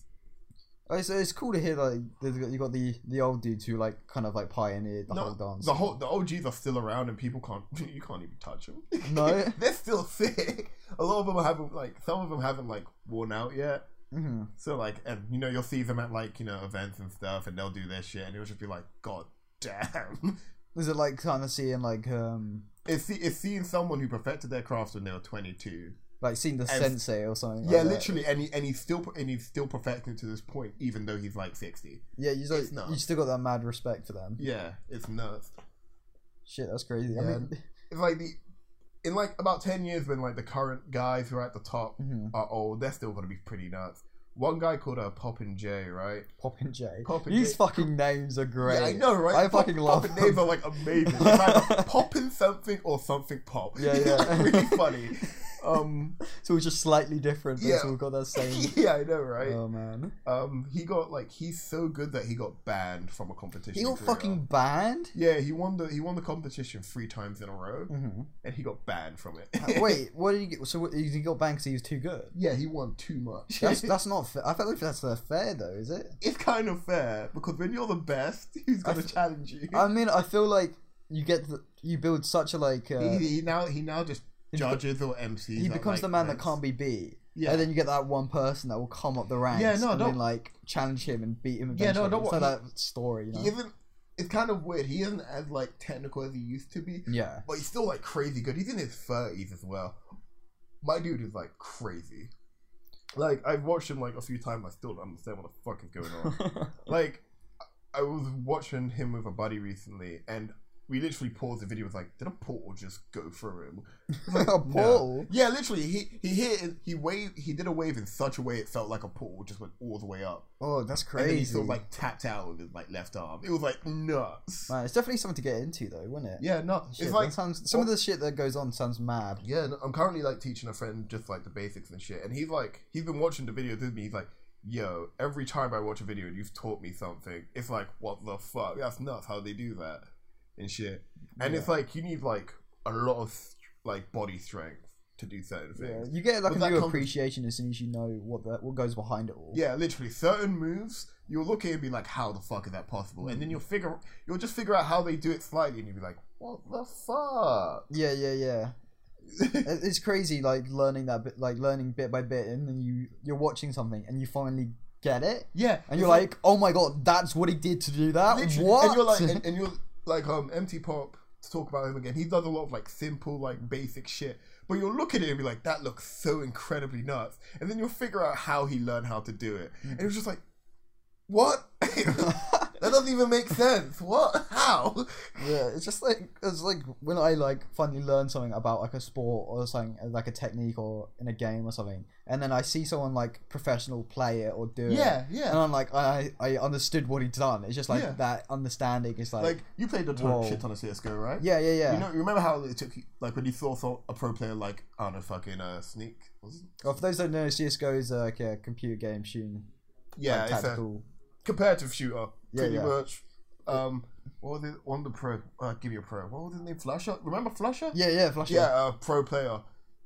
Speaker 1: Oh, so it's cool to hear like there's got- you got the the old dudes who like kind of like pioneered the
Speaker 2: No,
Speaker 1: whole dance.
Speaker 2: The whole the OGs are still around, and people can't [LAUGHS] you can't even touch them.
Speaker 1: No.
Speaker 2: [LAUGHS] they're still sick. A lot of them haven't like some of them haven't like worn out yet.
Speaker 1: Mhm.
Speaker 2: So like, and you know, you'll see them at like you know events and stuff, and they'll do their shit, and it'll just be like, God damn. [LAUGHS]
Speaker 1: Is it like kind of seeing like um
Speaker 2: It's, see- it's seeing someone who perfected their craft when they were 22.
Speaker 1: like seeing the
Speaker 2: Ev-
Speaker 1: sensei or something? like
Speaker 2: yeah,
Speaker 1: that?
Speaker 2: literally, and he, and he's still and he's still perfecting to this point, even though he's like 60.
Speaker 1: Yeah, you
Speaker 2: It's
Speaker 1: like,
Speaker 2: not.
Speaker 1: you still got that mad respect for them.
Speaker 2: Yeah, it's nuts.
Speaker 1: Shit, that's crazy. I
Speaker 2: Yeah.
Speaker 1: mean, [LAUGHS]
Speaker 2: It's like the in like about 10 years when like the current guys who are at the top
Speaker 1: mhm.
Speaker 2: are old, they're still gonna be pretty nuts. One guy called uh, Poppin' J, right?
Speaker 1: Poppin' J.
Speaker 2: Poppin'
Speaker 1: These
Speaker 2: J.
Speaker 1: fucking names are great.
Speaker 2: Yeah, I know, right?
Speaker 1: I fucking love
Speaker 2: Poppin'
Speaker 1: them.
Speaker 2: names are like amazing.
Speaker 1: [LAUGHS]
Speaker 2: It's either Poppin' something or something pop.
Speaker 1: Yeah, yeah.
Speaker 2: [LAUGHS] really funny. Um,
Speaker 1: It's all just slightly different, but it's
Speaker 2: Yeah.
Speaker 1: all got that same.
Speaker 2: [LAUGHS] yeah, I know, right?
Speaker 1: Oh man,
Speaker 2: Um, he got like he's so good that he got banned from a competition.
Speaker 1: he got
Speaker 2: career.
Speaker 1: fucking banned.
Speaker 2: yeah. He won the he won the competition three times in a row, [LAUGHS]
Speaker 1: Mm-hmm.
Speaker 2: and he got banned from it.
Speaker 1: Uh, Wait, what did he get? So what, he got banned because he was too good.
Speaker 2: [LAUGHS] yeah, he won too much.
Speaker 1: That's
Speaker 2: [LAUGHS]
Speaker 1: that's not. Fair. I feel like that's not fair though, is it?
Speaker 2: it's kind of fair because when you're the best, [LAUGHS] who's
Speaker 1: I
Speaker 2: gonna
Speaker 1: f-
Speaker 2: challenge you?
Speaker 1: I mean, I feel like you get the, you build such a like. Uh,
Speaker 2: he, he now he now just
Speaker 1: He
Speaker 2: judges or MCs.
Speaker 1: he
Speaker 2: at,
Speaker 1: becomes
Speaker 2: like,
Speaker 1: the man that
Speaker 2: events.
Speaker 1: can't be beat.
Speaker 2: Yeah.
Speaker 1: And then you get that one person that will come up the ranks
Speaker 2: Yeah, no,
Speaker 1: and then
Speaker 2: don't-
Speaker 1: like challenge him and beat him
Speaker 2: Yeah,
Speaker 1: eventually.
Speaker 2: no, don't
Speaker 1: it's
Speaker 2: wa-
Speaker 1: like that story, you know?
Speaker 2: he isn't. It's kind of weird. He isn't as like technical as he used to be, [LAUGHS]
Speaker 1: Yeah.
Speaker 2: but he's still like crazy good. He's in his thirties as well. My dude is like crazy. Like I've watched him like a few times. I still don't understand what the fuck is going
Speaker 1: [LAUGHS]
Speaker 2: on.
Speaker 1: Oh,
Speaker 2: like I was watching him with a buddy recently, and we literally paused the video. Was like, did a portal just go
Speaker 1: [LAUGHS]
Speaker 2: through him?
Speaker 1: like a portal.
Speaker 2: Yeah, literally. He he hit he wave he did a wave in such a way it felt like a portal just went all the way up.
Speaker 1: Oh, that's
Speaker 2: And then he
Speaker 1: crazy.
Speaker 2: sort of like tapped out with his like left arm. It was like nuts.
Speaker 1: Man, it's definitely something to get into though, wouldn't it?
Speaker 2: Yeah, Oh. no,
Speaker 1: Shit,
Speaker 2: it's
Speaker 1: that
Speaker 2: like
Speaker 1: sounds, some of the shit that goes on sounds mad.
Speaker 2: yeah. No, I'm currently like teaching a friend just like the basics and shit, and he's like he's been watching the videos with me. He's like, yo, every time I watch a video and you've taught me something, it's like what the fuck? That's nuts. How they do that and shit. And it's like you need like a lot of like body strength to do certain
Speaker 1: Yeah,
Speaker 2: things.
Speaker 1: you get like
Speaker 2: But
Speaker 1: a
Speaker 2: that
Speaker 1: new
Speaker 2: comes-
Speaker 1: appreciation as soon as you know what the, what goes behind it all.
Speaker 2: Yeah, literally certain moves. You'll look at it and be like, "How the fuck is that possible?"
Speaker 1: Mm-hmm.
Speaker 2: And then you'll figure, you'll just figure out how they do it slightly, and you'll be like, "What the fuck?"
Speaker 1: yeah, yeah, [LAUGHS] yeah. It- it's crazy, like learning that bit, like learning bit by bit, and then you you're watching something and you finally get it,
Speaker 2: yeah,
Speaker 1: and you're like, oh my god, that's what he did to do that.
Speaker 2: literally,
Speaker 1: What?
Speaker 2: And you're like, and, and you're like, um, empty pop. To talk about him again, he does a lot of like simple, like basic shit. But you'll look at it and be like, "That looks so incredibly nuts," and then you'll figure out how he learned how to do it. And it was just like, "What? [LAUGHS] that doesn't even make sense. What? How?"
Speaker 1: Yeah, it's just like it's like when I like finally learn something about like a sport or something uh, like a technique or in a game or something, and then I see someone like professional play it or do it,
Speaker 2: Yeah, yeah.
Speaker 1: and I'm like, I I understood what he'd done. It's just like
Speaker 2: Yeah.
Speaker 1: that understanding is like,
Speaker 2: Like you played a ton,
Speaker 1: Whoa.
Speaker 2: shit ton of CS:GO, right?
Speaker 1: yeah, yeah, yeah.
Speaker 2: You know, remember how it took you, like when you saw, saw a pro player like I don't know, fucking uh, sneak. Was it?
Speaker 1: well, for those that don't know, CS:GO is uh, like a computer game shooting,
Speaker 2: Yeah,
Speaker 1: like,
Speaker 2: it's
Speaker 1: tactical.
Speaker 2: a comparative shooter,
Speaker 1: Yeah,
Speaker 2: pretty
Speaker 1: yeah.
Speaker 2: much. Um, what was it? One of the pro, uh, give me a pro. What was his name? Flusher. Remember Flusher?
Speaker 1: Yeah, yeah, flash.
Speaker 2: Yeah, uh, pro player.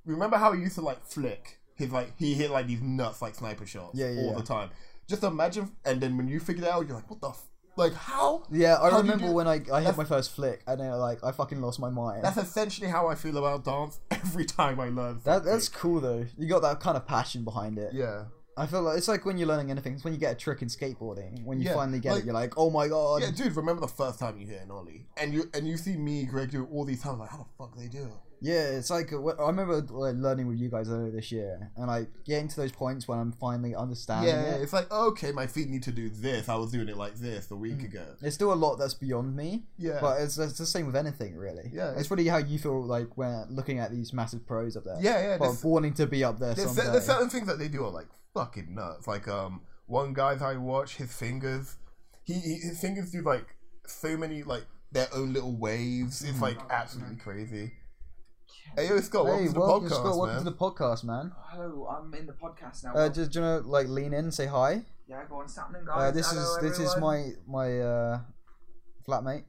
Speaker 2: Remember how he used to like flick? He's like he hit like these nuts like sniper shots.
Speaker 1: Yeah, yeah,
Speaker 2: all
Speaker 1: yeah.
Speaker 2: the time. Just imagine, and then when you figured it out, you're like, what the, f-? like how?
Speaker 1: Yeah, I
Speaker 2: How do you
Speaker 1: remember
Speaker 2: do-
Speaker 1: when I, I hit my first flick and then like I fucking lost my mind.
Speaker 2: That's essentially how I feel about dance [LAUGHS] every time I learn.
Speaker 1: That,
Speaker 2: something.
Speaker 1: that's cool though. You got that kind of passion behind it.
Speaker 2: yeah.
Speaker 1: I feel like it's like when you're learning anything. It's when you get a trick in skateboarding. When you
Speaker 2: Yeah,
Speaker 1: finally get
Speaker 2: like-
Speaker 1: it, you're like, oh my god.
Speaker 2: Yeah,
Speaker 1: Yeah,
Speaker 2: dude, remember the first time you hit an ollie, and you and you see me, Greg, do it all these times. Like, how the fuck they do it?
Speaker 1: it's like uh, wh- I remember like, learning with you guys earlier this year, and like getting to those points when I'm finally understanding
Speaker 2: yeah,
Speaker 1: it.
Speaker 2: it's like okay, my feet need to do this. I was doing it like this a week
Speaker 1: Mm.
Speaker 2: ago.
Speaker 1: There's still a lot that's beyond me,
Speaker 2: Yeah,
Speaker 1: but it's, it's the same with anything really.
Speaker 2: Yeah,
Speaker 1: it's really how you feel like when looking at these massive pros up there.
Speaker 2: yeah, yeah.
Speaker 1: but
Speaker 2: There's,
Speaker 1: wanting to be up there
Speaker 2: there's,
Speaker 1: someday.
Speaker 2: there's certain things that they do are like fucking nuts. Like um, one guy that I watch, his fingers, he, he his fingers do like so many like their own little waves. It's like absolutely crazy. Hey, yo, Scott,
Speaker 1: Mm.
Speaker 2: welcome
Speaker 1: Hey,
Speaker 2: to the
Speaker 1: welcome,
Speaker 2: podcast,
Speaker 1: Scott. Welcome
Speaker 2: man. [LAUGHS]
Speaker 1: to the podcast, man.
Speaker 3: Hello, I'm in the podcast now.
Speaker 1: Uh, do, do you know, like, lean in, say hi.
Speaker 3: yeah, go on, what's happening, guys?
Speaker 1: Uh, this
Speaker 3: Hello,
Speaker 1: is this is
Speaker 3: everyone.
Speaker 1: my my uh, flatmate,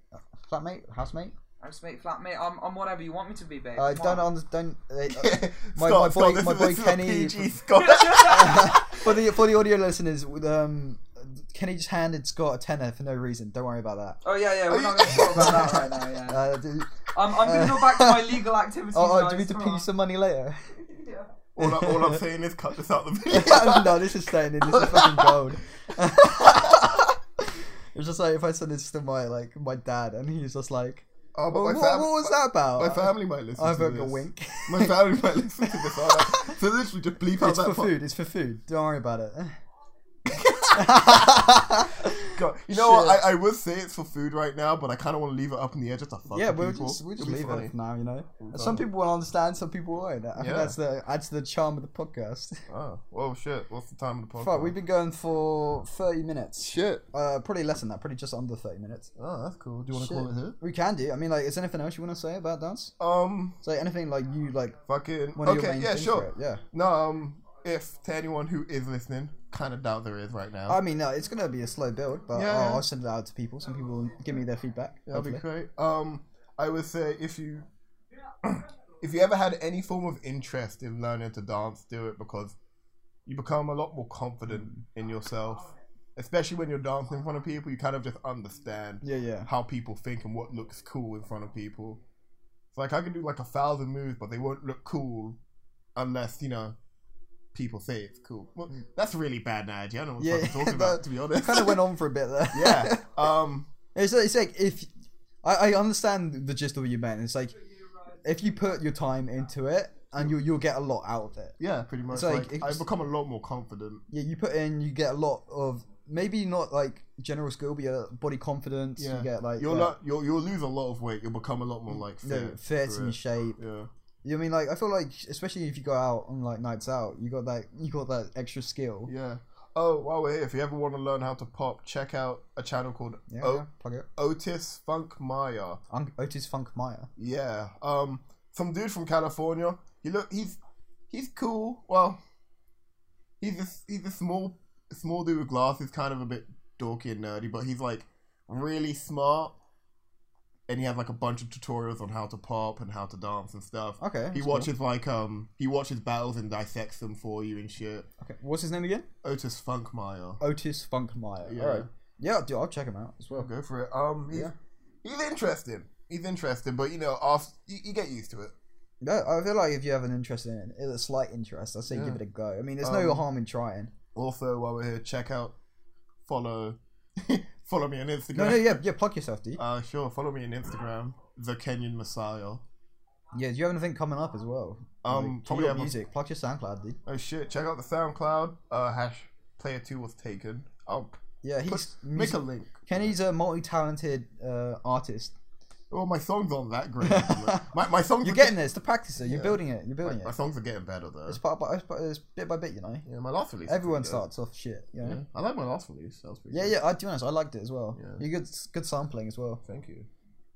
Speaker 1: flatmate, housemate.
Speaker 3: I'm mate, flatmate. I'm, I'm whatever you want me to be, babe.
Speaker 1: I
Speaker 3: Come
Speaker 1: don't uh,
Speaker 3: on.
Speaker 1: understand.
Speaker 2: Scott,
Speaker 1: my
Speaker 2: Scott,
Speaker 1: boy-
Speaker 2: this
Speaker 1: my
Speaker 2: is-
Speaker 1: boy
Speaker 2: this is a
Speaker 1: Kenny-
Speaker 2: PG Scott.
Speaker 1: [LAUGHS] for the for the audio listeners, with, um, Kenny just handed Scott a tenner for no reason. Don't worry about that.
Speaker 3: [LAUGHS] Oh yeah, yeah.
Speaker 2: Are
Speaker 3: We're
Speaker 2: you-
Speaker 3: not going to talk about that right now. Yeah.
Speaker 1: [LAUGHS] Uh,
Speaker 3: [LAUGHS]
Speaker 1: do,
Speaker 3: I'm, I'm going to go back to my legal activities.
Speaker 1: oh, oh,
Speaker 3: guys,
Speaker 1: do we need to
Speaker 3: come
Speaker 1: pay you
Speaker 3: on.
Speaker 1: some money later?
Speaker 3: [LAUGHS]
Speaker 1: [LAUGHS]
Speaker 3: Yeah.
Speaker 2: all, I, all I'm saying is cut this out of the video.
Speaker 1: no, this is staying in. This is fucking
Speaker 3: [LAUGHS]
Speaker 1: gold. [LAUGHS] it's just like if I send this to my like my dad, and he's just like,
Speaker 2: Oh, but
Speaker 1: "Well,
Speaker 2: my
Speaker 1: what,
Speaker 2: fam-
Speaker 1: what was that about?
Speaker 2: My family might listen
Speaker 1: I
Speaker 2: to
Speaker 1: broke
Speaker 2: this.
Speaker 1: a wink. [LAUGHS]
Speaker 2: My family might [LAUGHS] listen to this. All right. So literally just bleep out
Speaker 1: it's
Speaker 2: that
Speaker 1: for
Speaker 2: part.
Speaker 1: food. It's for food. Don't worry about
Speaker 2: [LAUGHS]
Speaker 1: it.
Speaker 2: God, you know what?
Speaker 1: Shit.
Speaker 2: I, I would say it's for food right now, but I kind of want to leave it up in the air just to fuck
Speaker 1: yeah,
Speaker 2: with
Speaker 1: we'll
Speaker 2: people.
Speaker 1: just we'll just
Speaker 2: It'll be
Speaker 1: leave
Speaker 2: funny.
Speaker 1: it for now. You know,
Speaker 2: It'll be
Speaker 1: some
Speaker 2: funny.
Speaker 1: people will understand, some people won't. I think
Speaker 2: Yeah.
Speaker 1: that's the adds to the charm of the podcast.
Speaker 2: Oh, well, shit. What's the time of the podcast?
Speaker 1: Fuck, we've been going for thirty minutes.
Speaker 2: Shit.
Speaker 1: Uh, probably less than that. Probably just under thirty minutes.
Speaker 2: Oh, that's cool. Do you want to
Speaker 1: Shit.
Speaker 2: call it here?
Speaker 1: We can do. I mean, like, is there anything else you want to say about dance?
Speaker 2: Um,
Speaker 1: Say anything like you like.
Speaker 2: fucking.
Speaker 1: One of your
Speaker 2: Okay,
Speaker 1: main
Speaker 2: yeah,
Speaker 1: things for
Speaker 2: sure.
Speaker 1: it, Yeah.
Speaker 2: No, um, if to anyone who is listening, kind of doubt there is right now.
Speaker 1: I mean, no, it's gonna be a slow build, but
Speaker 2: Yeah,
Speaker 1: I'll,
Speaker 2: yeah.
Speaker 1: I'll send it out to people. Some people will give me their feedback.
Speaker 2: That'd be
Speaker 1: hopefully.
Speaker 2: great. Um, I would say if you [CLEARS THROAT] if you ever had any form of interest in learning to dance, do it because you become a lot more confident in yourself, especially when you're dancing in front of people. You kind of just understand
Speaker 1: Yeah, yeah.
Speaker 2: how people think and what looks cool in front of people. It's like I can do like a thousand moves, but they won't look cool unless you know people say it's cool. Well, that's a really bad analogy. I don't know what
Speaker 1: Mm. Yeah,
Speaker 2: I'm talking
Speaker 1: [LAUGHS]
Speaker 2: about.
Speaker 1: that-
Speaker 2: To be honest,
Speaker 1: kind of went on for a bit there.
Speaker 2: [LAUGHS] yeah. Um.
Speaker 1: [LAUGHS] It's, it's like if I, I understand the gist of what you meant. It's like if you put your time into it, and you you'll get a lot out of it.
Speaker 2: Yeah, pretty much.
Speaker 1: It's like-
Speaker 2: like,
Speaker 1: it's-
Speaker 2: I've become a lot more confident.
Speaker 1: Yeah, you put in, you get a lot of maybe not like general skill, but your body confidence.
Speaker 2: Yeah.
Speaker 1: You get like
Speaker 2: You'll
Speaker 1: yeah,
Speaker 2: lo- you'll you'll lose a lot of weight. You'll become a lot more like
Speaker 1: you know,
Speaker 2: fit.
Speaker 1: fit
Speaker 2: for
Speaker 1: and
Speaker 2: it.
Speaker 1: shape.
Speaker 2: yeah,
Speaker 1: You know what I mean like I feel like especially if you go out on like nights out, you got that you got that extra skill.
Speaker 2: yeah. Oh, while we're here, if you ever want to learn how to pop, check out a channel called
Speaker 1: Yeah,
Speaker 2: O-
Speaker 1: yeah, plug it.
Speaker 2: Otis Funk Maya.
Speaker 1: Un- Otis Funk Meyer.
Speaker 2: Yeah. Um, some dude from California. He look. He's he's cool. Well, he's a, he's a small small dude with glasses, kind of a bit dorky and nerdy, but he's like really smart. And he has like a bunch of tutorials on how to pop and how to dance and stuff.
Speaker 1: Okay. that's
Speaker 2: He
Speaker 1: cool.
Speaker 2: watches like um he watches battles and dissects them for you and shit.
Speaker 1: Okay. What's his name again?
Speaker 2: Otis Funkmeyer.
Speaker 1: Otis Funkmeyer.
Speaker 2: Yeah.
Speaker 1: Yeah. All right. Yeah, dude, I'll check him out as
Speaker 2: Oh, Well,
Speaker 1: well.
Speaker 2: go for it. Um, he's,
Speaker 1: Yeah.
Speaker 2: he's interesting. He's interesting, but you know, after, you, you get used to it.
Speaker 1: No, I feel like if you have an interest in it, a slight interest, I say
Speaker 2: Yeah.
Speaker 1: give it a go. I mean, there's no
Speaker 2: Um,
Speaker 1: harm in trying.
Speaker 2: [LAUGHS] Also, while we're here, check out, follow, [LAUGHS] follow me on Instagram.
Speaker 1: No, no, yeah, yeah. Plug yourself, dude.
Speaker 2: Uh, sure, follow me on Instagram, the Kenyan Messiah.
Speaker 1: yeah, do you have anything coming up as well?
Speaker 2: Um,
Speaker 1: Like,
Speaker 2: probably
Speaker 1: your
Speaker 2: have a-
Speaker 1: music. Plug your SoundCloud, dude.
Speaker 2: Oh shit! Check out the SoundCloud. Uh, hash player two was taken. I'll
Speaker 1: Yeah,
Speaker 2: put,
Speaker 1: he's
Speaker 2: make
Speaker 1: music.
Speaker 2: a link.
Speaker 1: Kenny's a multi-talented uh,
Speaker 2: [LAUGHS]
Speaker 1: artist.
Speaker 2: Well, Oh, my songs aren't
Speaker 1: [LAUGHS]
Speaker 2: that great. my my songs
Speaker 1: You're
Speaker 2: are
Speaker 1: getting this. The practice it. You're
Speaker 2: Yeah.
Speaker 1: building it. You're
Speaker 2: my,
Speaker 1: building
Speaker 2: my
Speaker 1: it.
Speaker 2: songs are getting better though.
Speaker 1: It's part by it's, part- it's bit by bit, you know.
Speaker 2: Yeah, my last release. was
Speaker 1: Everyone
Speaker 2: pretty good.
Speaker 1: starts off shit, you know.
Speaker 2: Yeah. I like my last release. That was pretty
Speaker 1: Yeah,
Speaker 2: good.
Speaker 1: yeah. I, to be honest, I liked it as well.
Speaker 2: Yeah.
Speaker 1: You good, good sampling as well.
Speaker 2: Thank you.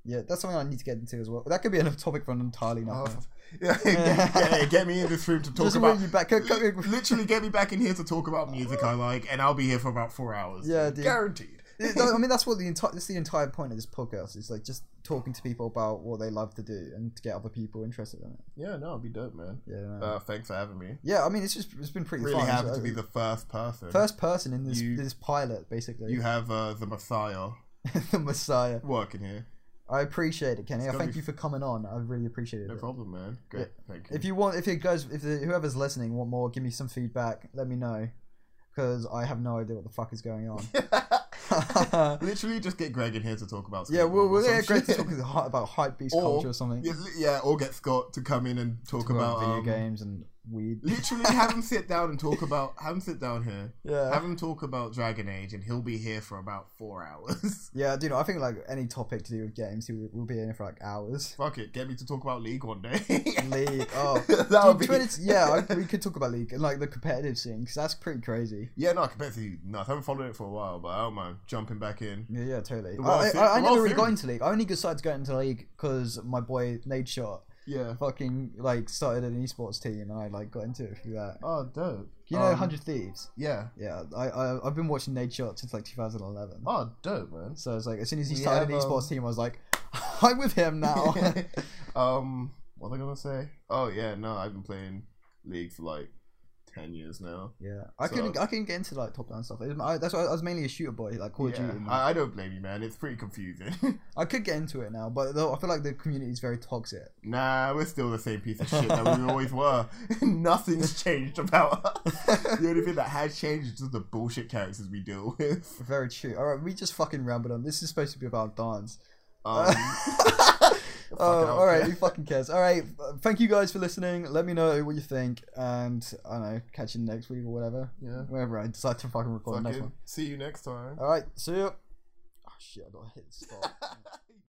Speaker 1: Yeah, that's something I need to get into as well. That could be another topic for an entirely
Speaker 2: Oh,
Speaker 1: another.
Speaker 2: f- [LAUGHS] yeah, yeah, yeah, get me in this room to talk
Speaker 1: Just
Speaker 2: about.
Speaker 1: bring you back. Go- go-
Speaker 2: Li- literally, get me back in here to talk about music I like, and I'll be here for about four hours.
Speaker 1: Yeah, dude.
Speaker 2: guaranteed.
Speaker 1: It- I mean, that's what the entire that's the entire point of this podcast is like just talking to people about what they love to do and to get other people interested in it.
Speaker 2: [LAUGHS] Yeah, no, I'll be dope, man.
Speaker 1: Yeah, man.
Speaker 2: Uh, thanks for having me.
Speaker 1: yeah. I mean, it's just it's been pretty
Speaker 2: Really
Speaker 1: fun.
Speaker 2: happy
Speaker 1: so-
Speaker 2: to be the first person.
Speaker 1: first person in this
Speaker 2: You-
Speaker 1: this pilot, basically.
Speaker 2: you have uh, the Messiah
Speaker 1: [LAUGHS] the Messiah.
Speaker 2: working here.
Speaker 1: I appreciate it, Kenny. I
Speaker 2: gotta
Speaker 1: thank
Speaker 2: be-
Speaker 1: you for coming on. I really appreciate it.
Speaker 2: No problem, man. Great, thank you.
Speaker 1: if you want, if it goes, if the, whoever's listening want more, give me some feedback. Let me know, because I have no idea what the fuck is going on. [LAUGHS]
Speaker 2: [LAUGHS] literally, just get Greg in here to talk about.
Speaker 1: yeah,
Speaker 2: skateboarding
Speaker 1: we'll
Speaker 2: or
Speaker 1: we'll
Speaker 2: some
Speaker 1: get great to
Speaker 2: shit.
Speaker 1: talk hi- about hype beast
Speaker 2: Or-
Speaker 1: culture or something.
Speaker 2: [LAUGHS] Yeah, li- yeah, or get Scott to come in and talk,
Speaker 1: Talk
Speaker 2: about,
Speaker 1: about video
Speaker 2: um,
Speaker 1: games and weed.
Speaker 2: Literally, have him sit down
Speaker 1: [LAUGHS]
Speaker 2: and talk about. Have him sit down here.
Speaker 1: Yeah.
Speaker 2: Have him talk about Dragon Age, and he'll be here for about four hours.
Speaker 1: Yeah, dude, I think like any topic to do with games, we'll, we'll be in it for like
Speaker 2: [LAUGHS]
Speaker 1: hours.
Speaker 2: Fuck it, get me to talk about League one day. [LAUGHS]
Speaker 1: League, oh,
Speaker 2: that
Speaker 1: Dude,
Speaker 2: would be.
Speaker 1: to be honest, yeah, I, we could talk about league and like the competitive scene because that's pretty crazy.
Speaker 2: [LAUGHS] yeah, no, I can bet you. No, I haven't followed it for a while, but I don't mind jumping back in.
Speaker 1: Yeah, yeah, totally.
Speaker 2: The World
Speaker 1: I, I,
Speaker 2: Se-
Speaker 1: I,
Speaker 2: the
Speaker 1: never
Speaker 2: World
Speaker 1: really got
Speaker 2: Series.
Speaker 1: into league. I only decided to get into league because my boy Nade Shot
Speaker 2: Yeah.
Speaker 1: fucking like started an esports team and I like got into it through that.
Speaker 2: Oh, dope.
Speaker 1: You know,
Speaker 2: Um,
Speaker 1: Hundred Thieves.
Speaker 2: Yeah.
Speaker 1: Yeah, I, I I've been watching Nade Shot since like 2011.
Speaker 2: Oh, dope, man. [LAUGHS]
Speaker 1: So it's like as soon as he
Speaker 2: We
Speaker 1: started
Speaker 2: have,
Speaker 1: an esports
Speaker 2: um,
Speaker 1: team, I was like, [LAUGHS] I'm with him
Speaker 2: [LAUGHS]
Speaker 1: now.
Speaker 2: um, what am I gonna say? Oh yeah, no, I've been playing League for like ten years now.
Speaker 1: yeah, I
Speaker 2: So-
Speaker 1: couldn't. I couldn't get into like top down stuff. It- I, that's why I was mainly a shooter boy, like Call of
Speaker 2: Yeah,
Speaker 1: Duty. and that.
Speaker 2: I, I don't blame you, man. It's pretty confusing. [LAUGHS]
Speaker 1: I could get into it now, but though I feel like the community is very toxic.
Speaker 2: nah, we're still the same piece of shit that we [LAUGHS] always were. Nothing's changed about [LAUGHS] us. the only thing that has changed is just the bullshit characters we deal [LAUGHS] with.
Speaker 1: Very true. All right, we just fucking rambled on. This is supposed to be about dance. [LAUGHS]
Speaker 2: Um,
Speaker 1: Oh,
Speaker 2: hell,
Speaker 1: all right,
Speaker 2: yeah.
Speaker 1: who fucking cares? All right, uh, thank you guys for listening. Let me know what you think, and I don't know, catch you next week or whatever,
Speaker 2: yeah.
Speaker 1: whenever I decide to fucking record the next
Speaker 2: Fucking
Speaker 1: one.
Speaker 2: see you next time.
Speaker 1: All right, see you. Oh shit, I gotta hit stop.